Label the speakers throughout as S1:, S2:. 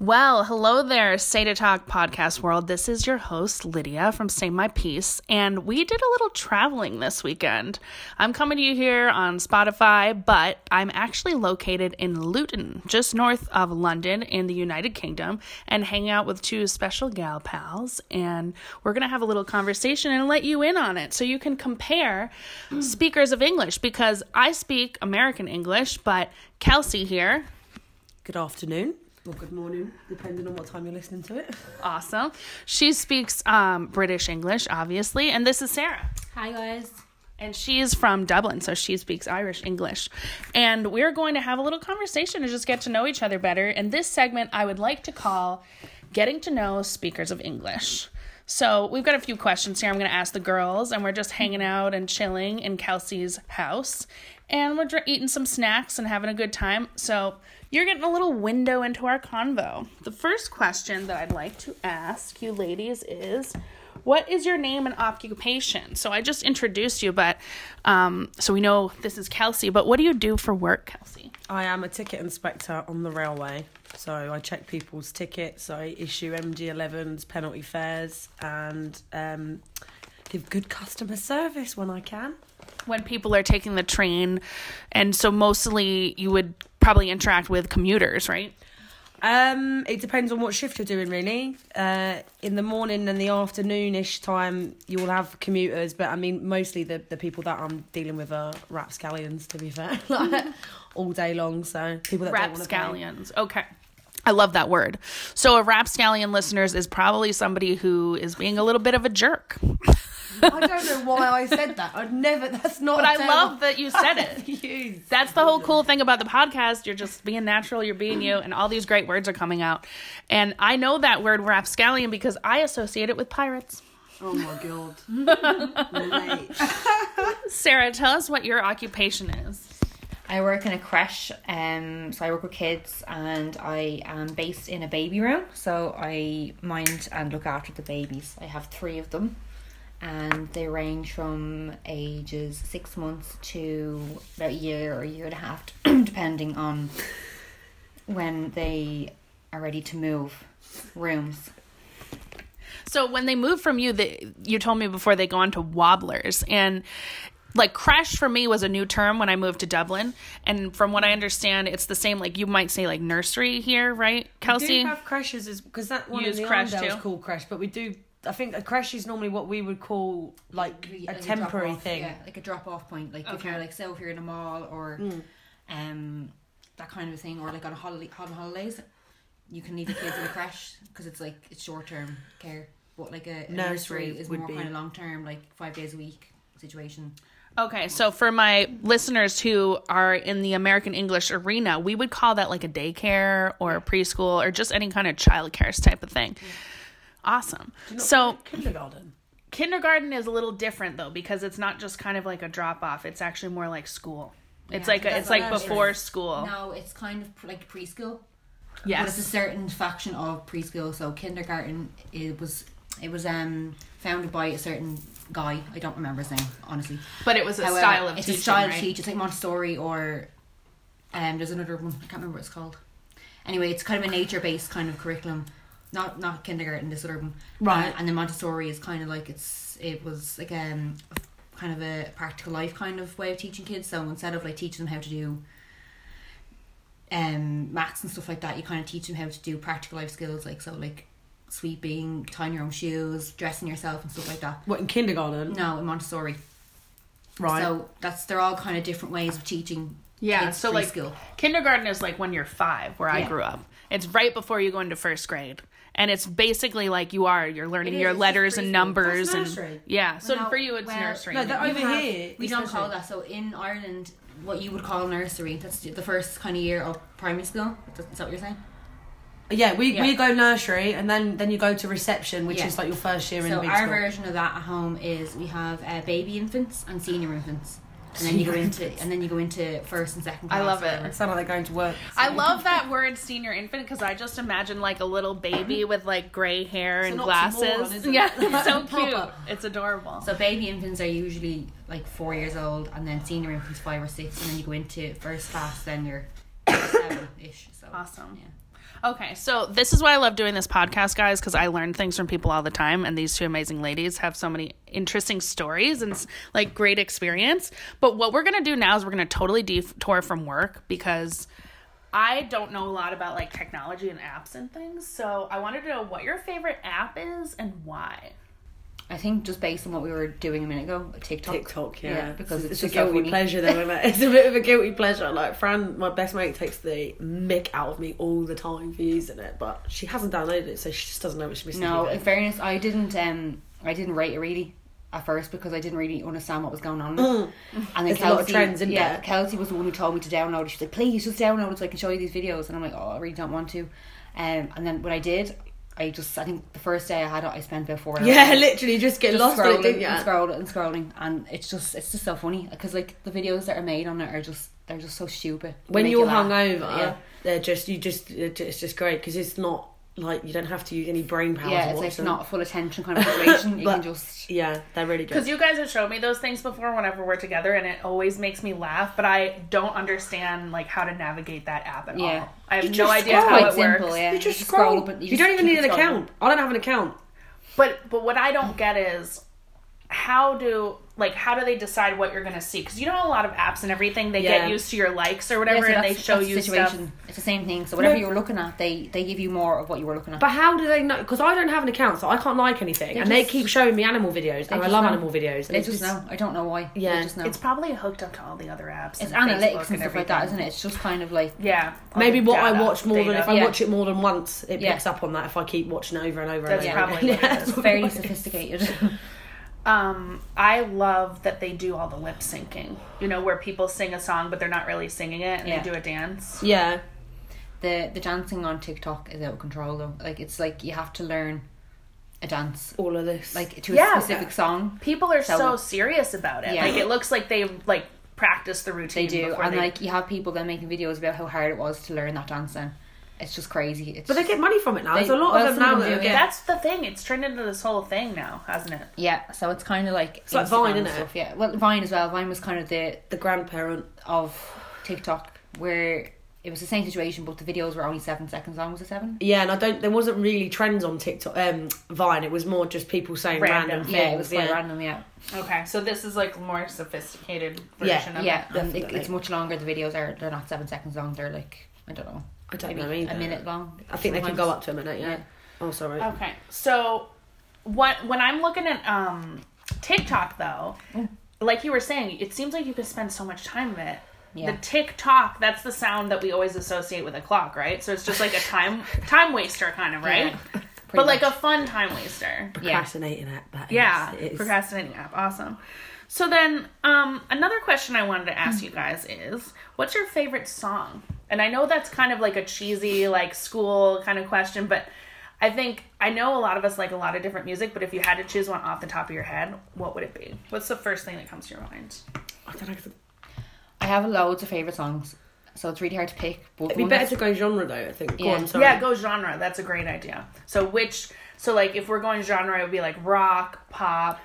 S1: Well, hello there, Say to Talk podcast world. This is your host, Lydia from Say My Piece, and we did a little traveling this weekend. I'm coming to you here on Spotify, but I'm actually located in Luton, just north of London in the United Kingdom, and hanging out with two special gal pals. And we're going to have a little conversation and let you in on it so you can compare speakers of English because I speak American English, but Kelsey here,
S2: Good afternoon or good morning, depending on what time you're listening to it.
S1: Awesome. She speaks um, British English, obviously, and this is Sarah.
S3: Hi guys.
S1: And she's from Dublin, so she speaks Irish English. And we're going to have a little conversation to just get to know each other better. And this segment I would like to call Getting to Know Speakers of English. So we've got a few questions here I'm going to ask the girls, and we're just hanging out and chilling in Kelsey's house. And we're dr- eating some snacks and having a good time. So you're getting a little window into our convo. The first question that I'd like to ask you ladies is what is your name and occupation? So I just introduced you, but um, so we know this is Kelsey. But what do you do for work, Kelsey?
S2: I am a ticket inspector on the railway, so I check people's tickets, I issue MG11s, penalty fares, and um, give good customer service when I can.
S1: When people are taking the train, and so mostly you would probably interact with commuters, right?
S2: Um, it depends on what shift you're doing, really. Uh, in the morning and the afternoonish time, you will have commuters, but I mean, mostly the, the people that I'm dealing with are rapscallions, to be fair, like, all day long. So people that rapscallion.
S1: Rapscallions. Okay. I love that word. So a rapscallion listeners is probably somebody who is being a little bit of a jerk.
S2: I don't know why I said that. I'd never. That's not.
S1: But I love that you said it.
S2: you.
S1: That's the whole cool thing about the podcast. You're just being natural, you're being you, and all these great words are coming out. And I know that word rapscallion because I associate it with pirates.
S2: Oh my god.
S1: Sarah, tell us what your occupation is.
S3: I work in a creche, um, so I work with kids, and I am based in a baby room. So I mind and look after the babies. I have three of them, and they range from ages six months to about a year or a year and a half, depending on when they are ready to move rooms.
S1: So when they move from you, they, you told me before they go on to wobblers and. Like crash for me was a new term when I moved to Dublin, and from what I understand, it's the same. Like you might say, like nursery here, right,
S2: We
S1: Kelsey?
S2: do have crashes is because that one
S1: Use
S2: in the
S1: crash
S2: Arndale is
S1: too.
S2: called crash, but we do. I think a crash is normally what we would call like a
S3: like
S2: temporary
S3: drop-off,
S2: thing.
S3: Yeah, like a drop off point. Like if you're like so if you're in a mall or
S2: Mm.
S3: um that kind of thing, or like on a holiday on holidays, you can leave the kids in a crash because it's like it's short term care. But like a, a
S2: Nursery
S3: nursery, is
S2: would
S3: more
S2: be-
S3: kind of long term, like five days a week situation.
S1: Okay, so for my listeners who are in the American English arena, we would call that like a daycare or a preschool or just any kind of childcare type of thing. Awesome. So
S2: kindergarten.
S1: kindergarten is a little different though because it's not just kind of like a drop off. It's actually more like school. It's
S3: Yeah,
S1: like a,
S3: that's
S1: it's
S3: what
S1: like
S3: I'm
S1: before
S3: saying.
S2: Oh.
S1: school.
S3: No, it's kind of pr- like preschool. But it's a
S1: Yes.
S3: certain faction of preschool. So kindergarten, it was it was um founded by a certain guy. I don't remember his name honestly.
S1: But it was a
S3: However,
S1: style of
S3: it's
S1: teaching,
S3: a style
S1: right?
S3: of teach. It's like Montessori or um, there's another one. I can't remember what it's called. Anyway, it's kind of a nature based kind of curriculum, not not kindergarten. This other one,
S2: Right.
S3: Uh, and then Montessori is kind of like it's it was like um kind of a practical life kind of way of teaching kids. So instead of like teaching them how to do um maths and stuff like that, you kind of teach them how to do practical life skills, like so like sweeping, tying your own shoes, dressing yourself, and stuff like that.
S2: What in kindergarten?
S3: No, in Montessori.
S2: Right.
S3: So that's they're all kind of different ways of teaching.
S1: Yeah,
S3: kids
S1: so like
S3: preschool.
S1: kindergarten is like when you're five, where I
S3: Yeah.
S1: grew up. It's right before you go into first grade, and it's basically like you are. You're learning
S3: It is,
S1: your
S3: it's just
S1: letters
S3: preschool.
S1: and numbers
S2: That's
S1: and
S2: nursery.
S1: yeah. So
S3: Well,
S1: for you, it's
S3: well,
S1: nursery.
S2: no, that
S3: You
S2: over
S3: have-
S2: here,
S3: we
S2: it's
S3: don't
S2: nursery.
S3: call that. So in Ireland, what you would call nursery, that's the first kind of year of primary school. Is that what you're saying?
S2: Yeah, we,
S3: Yeah.
S2: we go nursery and then then you go to reception, which
S3: Yeah.
S2: is like your first year in
S3: So
S2: big
S3: our
S2: school.
S3: version of that at home is we have uh, baby infants and senior infants, and then you go into and then you go into first and second.
S1: I
S3: Class
S1: love it.
S2: It sounds like they're going to work.
S1: I love that word senior infant because I just imagine like a little baby with like gray hair and
S2: an
S1: glasses.
S2: oxymoron, isn't it?
S1: yeah, it's so cute.
S2: Proper.
S1: It's adorable.
S3: So baby infants are usually like four years old, and then senior infants five or six, and then you go into first class. Then you're seven ish. So
S1: Awesome.
S3: Yeah.
S1: Okay, so this is why I love doing this podcast, guys, because I learn things from people all the time, and these two amazing ladies have so many interesting stories and like great experience. But what we're gonna do now is we're gonna totally detour from work because I don't know a lot about like technology and apps and things. So I wanted to know what your favorite app is and why.
S3: I think just based on what we were doing a minute ago, TikTok.
S2: TikTok, yeah.
S3: because it's,
S2: a
S3: just so
S2: guilty
S3: funny.
S2: pleasure, though. Isn't it? It's a bit of a guilty pleasure. Like Fran, my best mate, takes the mick out of me all the time for using it, but she hasn't downloaded it, so she just doesn't know what she's missing.
S3: No,
S2: either.
S3: in fairness, I didn't. Um, I didn't rate it really at first because I didn't really understand what was going on. And then
S2: Mm. There's a lot of trends, isn't
S3: yeah,
S2: there?
S3: Kelsey was the one who told me to download. it. She's like, "Please, just download it so I can show you these videos." And I'm like, "Oh, I really don't want to." Um, and then when I did, I just I think the first day I had it, I spent about four hours. on
S2: yeah,
S3: it.
S2: literally just get
S3: Just
S2: lost in it,
S3: scrolling
S2: didn't
S3: and
S2: ya?
S3: scrolling and scrolling, and it's just it's just so funny because like the videos that are made on it are just they're just so stupid. They
S2: When
S3: make
S2: you're
S3: you laugh.
S2: hungover,
S3: yeah.
S2: they're just you just it's just great because it's not like you don't have to use any brain power.
S3: yeah,
S2: to
S3: it's
S2: watch
S3: like
S2: them.
S3: not a full attention kind of situation. you
S2: But-
S3: can just
S2: Yeah, they're really good.
S1: Because you guys have shown me those things before whenever we're together, and it always makes me laugh. But I don't understand like how to navigate that app at
S3: Yeah.
S1: all. I have
S2: You
S1: no
S2: just
S1: idea
S2: scroll.
S1: how
S3: quite
S1: it
S3: simple.
S1: works.
S3: Yeah,
S2: You just
S3: You
S2: scroll.
S3: up and
S2: you
S3: just
S2: don't even
S3: keep
S2: need an
S3: scrolling.
S2: account. I don't have an account.
S1: But but what I don't get is how do like how do they decide what you're gonna see? Because you know a lot of apps and everything they
S2: Yeah.
S1: get used to your likes or
S3: Yeah,
S1: whatever,
S3: so
S1: and they
S3: that's-
S1: show
S3: that's the
S1: you stuff.
S3: It's the same thing. So whatever
S2: No.
S3: you're looking at, they they give you more of what you were looking at.
S2: But how do they know? Because I don't have an account, so I can't like anything. and they
S3: just-
S2: keep showing me animal videos, and I
S3: just
S2: love
S3: know.
S2: animal videos. And
S3: they
S2: it's
S3: just know. I don't know why. They
S2: Yeah.
S3: just know.
S1: It's probably hooked up to all the other apps. and
S3: It's
S1: Facebook
S3: analytics and stuff like
S1: everything.
S3: that, isn't it? It's just kind of like
S1: Yeah. all
S2: Maybe
S1: the
S2: what I
S1: data,
S2: watch more than
S1: data.
S2: if I
S3: Yeah.
S2: watch it more than once, it
S3: Yeah.
S2: picks up on that. If I keep watching it over and over
S1: That's
S2: and over,
S1: probably
S2: again.
S1: what it is.
S2: that's probably
S3: very
S2: what it is.
S3: sophisticated.
S1: Um, I love that they do all the lip syncing. You know, where people sing a song but they're not really singing it and
S3: Yeah.
S1: they do a dance.
S2: Yeah,
S3: the the dancing on TikTok is out of control though. Like it's like you have to learn a dance
S2: all of this.
S3: like to a
S1: Yeah.
S3: specific song.
S1: People are so,
S3: So-
S1: serious about it.
S3: Yeah.
S1: Like it looks like they like practice the routine.
S3: They do,
S1: before
S3: and
S1: they-
S3: like you have people then making videos about how hard it was to learn that dance. Then it's just crazy. It's
S2: but they get money from it now.
S3: They-
S2: There's a lot
S3: well,
S2: of them
S3: some
S2: now
S3: of them
S2: that
S3: do,
S2: are
S3: yeah.
S2: getting.
S1: that's the thing. It's turned into this whole thing now, hasn't it?
S3: yeah. So it's kind of like
S2: like Vine,
S3: Instagram and
S2: innit?
S3: stuff, Yeah, well, Vine as well. Vine was kind of the
S2: The grandparent.
S3: of TikTok where it was the same situation, but the videos were only seven seconds long. Was it seven?
S2: Yeah, and I don't. There wasn't really trends on TikTok, um, Vine. It was more just people saying random,
S1: Random.
S2: things.
S3: Yeah, it was quite random. Yeah,
S1: Okay, so this is like more sophisticated
S2: Yeah,
S1: version of
S3: yeah. And it,
S2: Definitely.
S3: it's much longer. The videos are they're not seven seconds long. They're like I don't know,
S2: I don't
S3: maybe
S2: know either.
S3: a minute long.
S2: I think they can
S3: sometimes.
S2: go up to a minute. Yeah.
S3: Yeah.
S2: Oh, sorry.
S1: it. Okay, so what when I'm looking at um TikTok though, like you were saying, it seems like you could spend so much time in it.
S3: Yeah.
S1: The tick tock, that's the sound that we always associate with a clock, right? So it's just like a time time waster kind of, right?
S3: Yeah,
S1: but
S3: pretty
S1: like
S3: much.
S1: a fun time waster.
S3: yeah.
S2: Procrastinating at that.
S1: Yeah,
S2: is- it is.
S1: procrastinating app. Awesome. So then, um, another question I wanted to ask you guys is, what's your favorite song? And I know that's kind of like a cheesy, like school kind of question, but I think I know a lot of us like a lot of different music. But if you had to choose one off the top of your head, what would it be? What's the first thing that comes to your mind?
S2: I don't know.
S3: I have loads of favorite songs, so it's really hard to pick. But
S2: It'd be
S3: one
S2: better
S3: that's-
S2: to go genre though. I think. Go
S3: Yeah.
S2: on, sorry.
S1: Yeah, go genre. That's a great idea. So which, so like if we're going genre, it would be like rock, pop,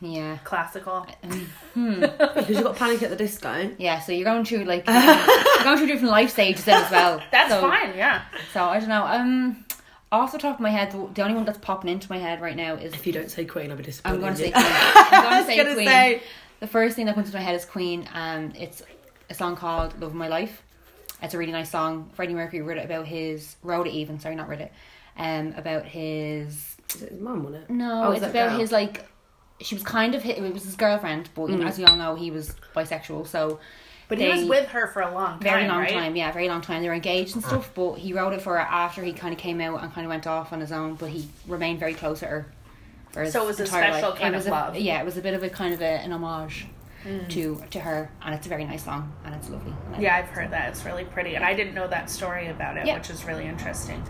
S3: yeah,
S1: classical.
S2: Because you got Panic at the Disco.
S3: yeah. So you're going through like you're going through different life stages then as well.
S1: That's
S3: so,
S1: fine. Yeah.
S3: So I don't know. Um, off the top of my head, the, the only one that's popping into my head right now is
S2: If you don't say Queen, I'll be disappointed.
S3: I'm going to say
S2: in
S3: Queen. I'm
S2: I
S3: going
S2: was
S3: to say
S2: gonna
S3: Queen.
S2: say-
S3: The first thing that comes to my head is Queen. Um, it's a song called "Love of My Life." It's a really nice song. Freddie Mercury wrote it about his wrote it even sorry not wrote it, um, about his
S2: you. Is it his mum on it?
S3: no,
S2: Oh, is
S3: it's
S2: that
S3: about
S2: girl?
S3: his like she was kind of hi- it was his girlfriend, but
S2: Mm-hmm.
S3: you know, as we all know, he was bisexual. So,
S1: But he was
S3: they-
S1: with her for a long time.
S3: very long
S1: right?
S3: time, yeah, very long time. They were engaged and stuff, but he wrote it for her after he kind of came out and kind of went off on his own. But he remained very close to her. For his
S1: So it was a
S3: entire
S1: special
S3: life.
S1: kind
S3: it
S1: of
S3: was a-
S1: love. Mm.
S3: Yeah, it was a bit of a kind of a, an homage to to her, and it's a very nice song and it's lovely. And I
S1: Yeah,
S3: love
S1: I've heard that. It's really pretty. And I didn't know that story about it,
S3: Yeah.
S1: which is really interesting.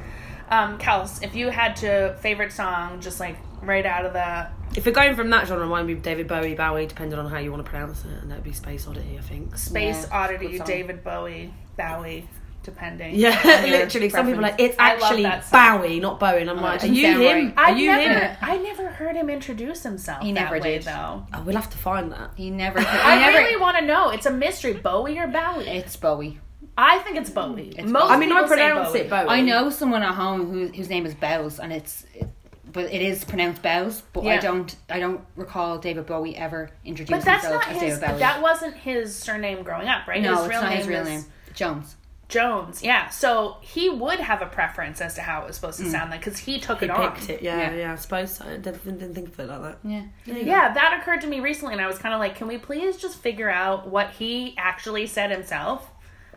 S1: Um, Kels, if you had to favorite song, just like right out of the.
S2: If you're going from that genre, mine would be David Bowie, Bowie, depending on how you want to pronounce it, and that'd be Space Oddity, I think.
S1: Space
S3: Yeah,
S1: Oddity,
S3: good song.
S1: David Bowie, Bowie, depending.
S2: Yeah,
S1: on your
S2: literally. Some people are like
S1: preference.
S2: it's
S1: I love
S2: actually
S1: that song.
S2: Bowie, not Bowie. And I'm like, are
S3: doesn't
S2: you
S3: sound
S2: him?
S3: right.
S2: Are
S1: I
S2: you
S1: never,
S2: him?
S1: I never heard him introduce himself.
S3: He
S1: that
S3: never
S1: way,
S3: did.
S1: though.
S2: Oh, we'll have to find that.
S3: it. He never. he
S1: I
S3: never
S1: really want to know. It's a mystery. Bowie or Bowie?
S3: it's Bowie.
S1: I think it's Bowie.
S3: It's
S1: Most
S3: Bowie.
S4: I mean, I
S1: people say
S4: pronounce
S1: Bowie.
S4: it Bowie.
S3: I know someone at home who, whose name is Bowes, and it's, it, but it is pronounced Bowes. But I
S5: Yeah.
S3: don't, I don't recall David Bowie ever introducing
S1: But that's
S3: himself
S1: not
S3: as
S1: his.
S3: David Bowie.
S1: That wasn't his surname growing up, right?
S3: no, it's not his real
S1: is
S3: name, Jones.
S1: Jones. Yeah, so he would have a preference as to how it was supposed to sound like because he took
S4: Hmm.
S1: it
S4: He
S1: on.
S4: picked it. Yeah,
S3: Yeah.
S4: yeah. I suppose so. I didn't, didn't think of it like that.
S3: Yeah,
S1: Yeah, that occurred to me recently, and I was kind of like, can we please just figure out what he actually said himself?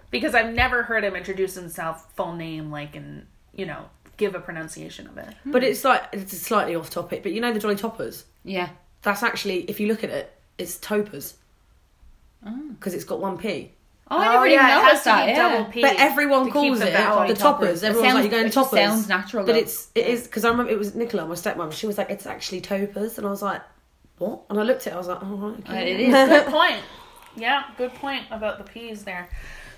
S1: Because I've never heard him introduce himself full name, like, and, you know, give a pronunciation of it.
S4: But it's like it's slightly off topic. But you know the Jolly Toppers.
S3: yeah.
S4: That's actually, if you look at it, it's Topers
S3: Ah.
S4: because it's got one P.
S3: Oh, I never even
S1: it has
S3: noticed
S1: to be
S3: that. Yeah.
S1: double P
S4: But everyone
S1: to keep
S4: calls
S1: the
S4: it
S1: vowel.
S4: the toppers. Everyone's
S3: sounds-
S4: like, "You're going
S3: it just
S4: toppers."
S3: sounds natural,
S4: but
S3: though.
S4: it's it is because I remember it was Nicola, my stepmom. She was like, "It's actually toppers," and I was like, "What?" And I looked at it. I was like, "Oh, right,
S3: Uh,
S4: okay."
S3: It is.
S1: good point. Yeah, good point about the P's there.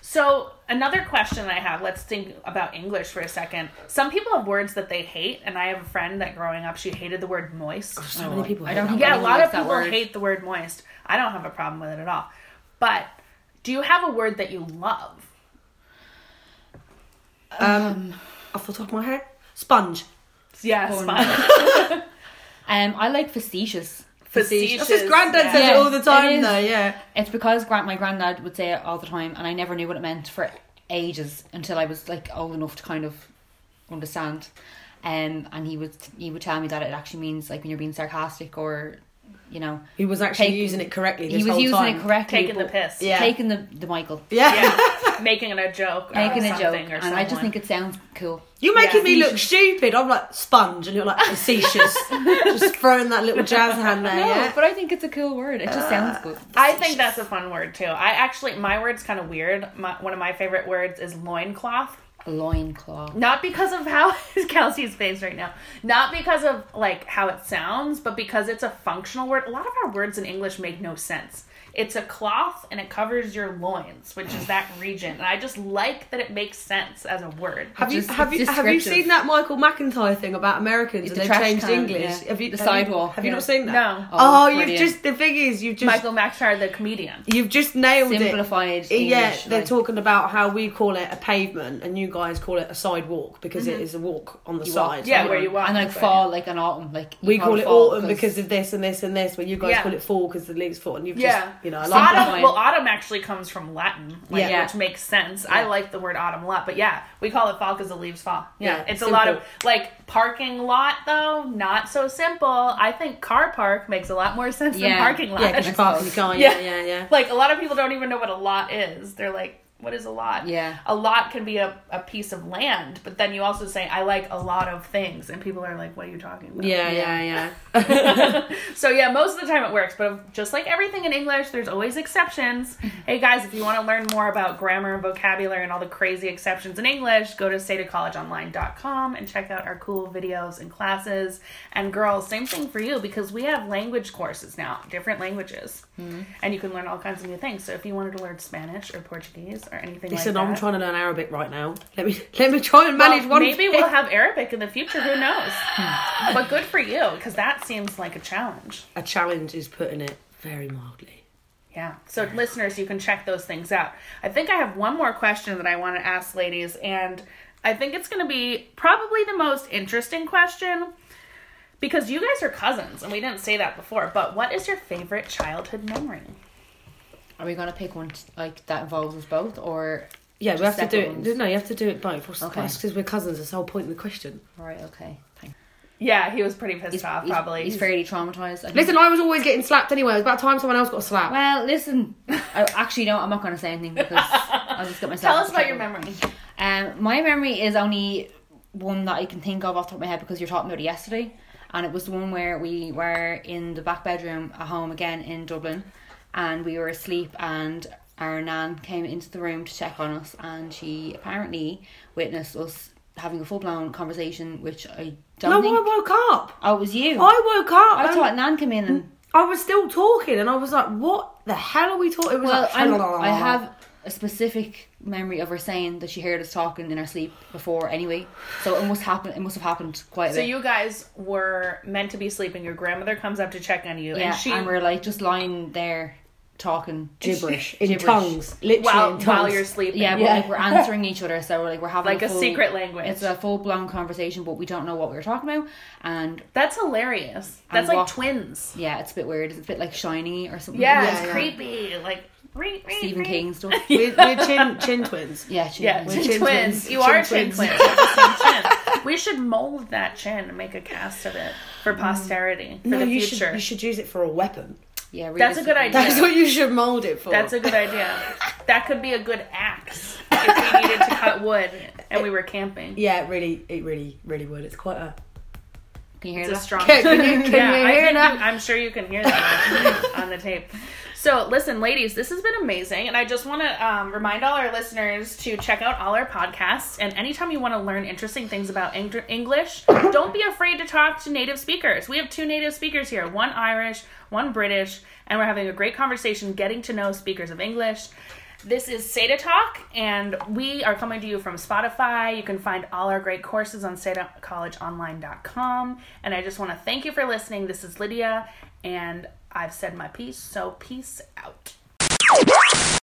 S1: So another question I have, let's think about English for a second. Some people have words that they hate, and I have a friend that growing up she hated the word moist.
S4: So many people.
S3: I
S4: hate
S3: don't
S4: that.
S3: think
S1: Yeah, a
S3: Everyone
S1: lot
S3: likes
S1: of
S3: that
S1: people
S3: word.
S1: hate the word moist. I don't have a problem with it at all. But do you have a word that you love?
S4: Um, off the top of my head, sponge.
S1: Yes,
S3: Oh,
S1: fine.
S3: Um, I like facetious.
S1: Facetious,
S4: That's his granddad
S1: yeah.
S4: says it
S3: Yeah,
S4: all the
S3: it
S4: time,
S3: is.
S4: though. Yeah.
S3: It's because Grant, my granddad would say it all the time, and I never knew what it meant for ages until I was like old enough to kind of understand. Um, and he would he would tell me that it actually means like when you're being sarcastic or, you know,
S4: He was actually
S3: Take-
S4: using it correctly. This
S3: he was
S4: whole
S3: using
S4: time.
S3: it correctly,
S1: Taking the
S3: but-
S1: piss.
S4: Yeah.
S3: taking the the Michael,
S4: Yeah.
S1: Making it a joke.
S3: making
S1: or
S3: a joke,
S1: something Or
S3: and I just
S1: someone.
S3: think it sounds cool.
S4: You're making
S1: Yeah.
S4: me look stupid. I'm like sponge, and you're like facetious. Just throwing that little jazz hand there.
S3: No,
S4: yeah.
S3: but I think it's a cool word. It just sounds
S1: Uh.
S3: good.
S1: I think that's a fun word too. I actually, my word's kind of weird. My, one of my favorite words is loincloth.
S3: A loincloth.
S1: Not because of how is Kelsey's face right now. Not because of like how it sounds, but because it's a functional word. A lot of our words in English make no sense. It's a cloth and it covers your loins, which is that region. And I just like that it makes sense as a word.
S4: Have you
S3: Just-
S4: have you
S3: it's
S4: have you
S3: descriptive.
S4: seen that Michael McIntyre thing about Americans
S3: The
S4: and they've
S3: trash
S4: changed
S3: can,
S4: English?
S3: yeah.
S4: Have you
S3: The
S4: have you-
S3: sidewalk,
S4: Have you
S3: yeah.
S4: not seen that?
S1: No.
S3: Oh,
S4: Oh, you've
S3: brilliant.
S4: just the thing is you've just
S1: Michael Maxar, the comedian.
S4: you've just nailed
S3: Simplified.
S4: it. yeah,
S3: English,
S4: they're
S3: like-
S4: talking about how we call it a pavement and you guys call it a sidewalk because it is a walk on the
S3: walk.
S4: side.
S1: Yeah, where Mm-hmm. you walk.
S3: and like fall, like an autumn, like you
S4: We call it
S3: fall
S4: autumn because of this and this and this, but you guys
S1: Yeah.
S4: call it fall because the leaves fall. And you've
S1: Yeah.
S4: just, you know, I like that.
S1: Autumn, well, autumn actually comes from Latin, like,
S3: Yeah.
S1: which makes sense. I like the word autumn a lot, but yeah, we call it fall because the leaves fall. Yeah,
S4: Yeah,
S1: it's a lot of
S4: simple.
S1: like parking lot though, not so simple. I think car park makes a lot more sense
S3: Yeah.
S1: than parking lot.
S4: Yeah, because you park in the car. Yeah, yeah, yeah.
S1: like a lot of people don't even know what a lot is. They're like, what is a lot?
S3: Yeah.
S1: A lot can be a, a piece of land, but then you also say, I like a lot of things. And people are like, what are you talking about?
S4: Yeah, yeah, yeah.
S1: So yeah, most of the time it works, but just like everything in English, there's always exceptions. hey guys, if you want to learn more about grammar and vocabulary and all the crazy exceptions in English, go to stateofcollegeonline.com and check out our cool videos and classes. And girls, same thing for you because we have language courses now, different languages, and you can learn all kinds of new things. So if you wanted to learn Spanish or Portuguese or anything
S4: Listen,
S1: like that,
S4: I'm trying to learn Arabic right now. Let me let me try and manage
S1: well,
S4: one.
S1: maybe we'll have Arabic in the future. Who knows? but good for you because that seems like a challenge.
S4: a challenge is putting it very mildly.
S1: Yeah. So, listeners, you can check those things out. I think I have one more question that I want to ask, ladies, and I think it's going to be probably the most interesting question because you guys are cousins, and we didn't say that before. But what is your favorite childhood memory?
S3: Are we gonna pick one like that involves us both, or
S4: Yeah, we have to do
S3: separate
S4: it.
S3: ones.
S4: No, you have to do it both. What's
S3: Okay.
S4: because we're cousins. That's the whole point of the question.
S3: right? Okay, thank
S1: Yeah, he was pretty pissed off,
S3: he's,
S1: probably.
S3: he's fairly traumatized. I think.
S4: Listen, I was always getting slapped anyway. It was about time someone else got slapped.
S3: well, listen. I, actually, no, I'm not gonna say anything because I'll just get myself.
S1: Tell us
S3: into
S1: about your
S3: trouble.
S1: memory.
S3: Um, my memory is only one that I can think of off the top of my head because you're talking about it yesterday, and it was the one where we were in the back bedroom at home again in Dublin, and we were asleep, and our nan came into the room to check on us, and she apparently witnessed us having a full blown conversation, which I don't
S4: No,
S3: think.
S4: I woke up.
S3: Oh, it was
S4: I
S3: you.
S4: um, woke up.
S3: I
S4: and
S3: thought Nan came in and
S4: I was still talking, and I was like, "What the hell are we talking?" It was
S3: Well,
S4: like,
S3: I'm, I have a specific memory of her saying that she heard us talking in our sleep before, anyway. So it must happen. It must have happened quite a
S1: So,
S3: bit.
S1: you guys were meant to be sleeping. Your grandmother comes up to check on you,
S3: yeah,
S1: and she
S3: and we're like just lying there talking gibberish
S4: in
S3: gibberish.
S4: tongues, literally
S1: while,
S4: in tongues.
S1: while you're sleeping.
S3: Yeah, but like we're answering each other, so we're like we're having
S1: Like a
S3: full-
S1: secret language.
S3: It's a full blown conversation, but we don't know what we were talking about, and
S1: That's hilarious. That's like
S3: walk-
S1: twins.
S3: yeah, it's a bit weird. It's a bit like shiny or something.
S1: Yeah,
S4: Yeah,
S1: it's
S4: yeah.
S1: creepy. Like re- re-
S3: Stephen
S1: re-
S3: King stuff.
S4: we're, we're chin, chin twins.
S3: Yeah, she-
S1: Yeah,
S4: We're
S1: chin
S4: chin
S1: twins.
S4: twins.
S1: You
S4: Chin
S1: are chin
S4: twins.
S1: twins. We have the same chin. We should mold that chin and make a cast of it for posterity, for
S4: Mm. No,
S1: the
S4: you
S1: future.
S4: should, you should use it for a weapon.
S3: yeah.
S1: That's a good
S3: realistically.
S1: idea.
S4: That's what you should mold it for.
S1: That's a good idea. That could be a good axe if we needed to cut wood and we were camping.
S4: yeah, it really, it really, really would. It's quite a.
S3: Can you hear
S1: It's a
S3: that?
S1: strong.
S4: you, can
S1: yeah, I think you- I'm sure you can hear that on- on the tape. So, listen, ladies, this has been amazing, and I just want to um, remind all our listeners to check out all our podcasts. And anytime you want to learn interesting things about Eng- English, don't be afraid to talk to native speakers. We have two native speakers here: one Irish, one British, and we're having a great conversation, getting to know speakers of English. This is Seda Talk, and we are coming to you from Spotify. You can find all our great courses on sedacollegeonline.com. And I just want to thank you for listening. This is Lydia, and I've said my piece, so peace out.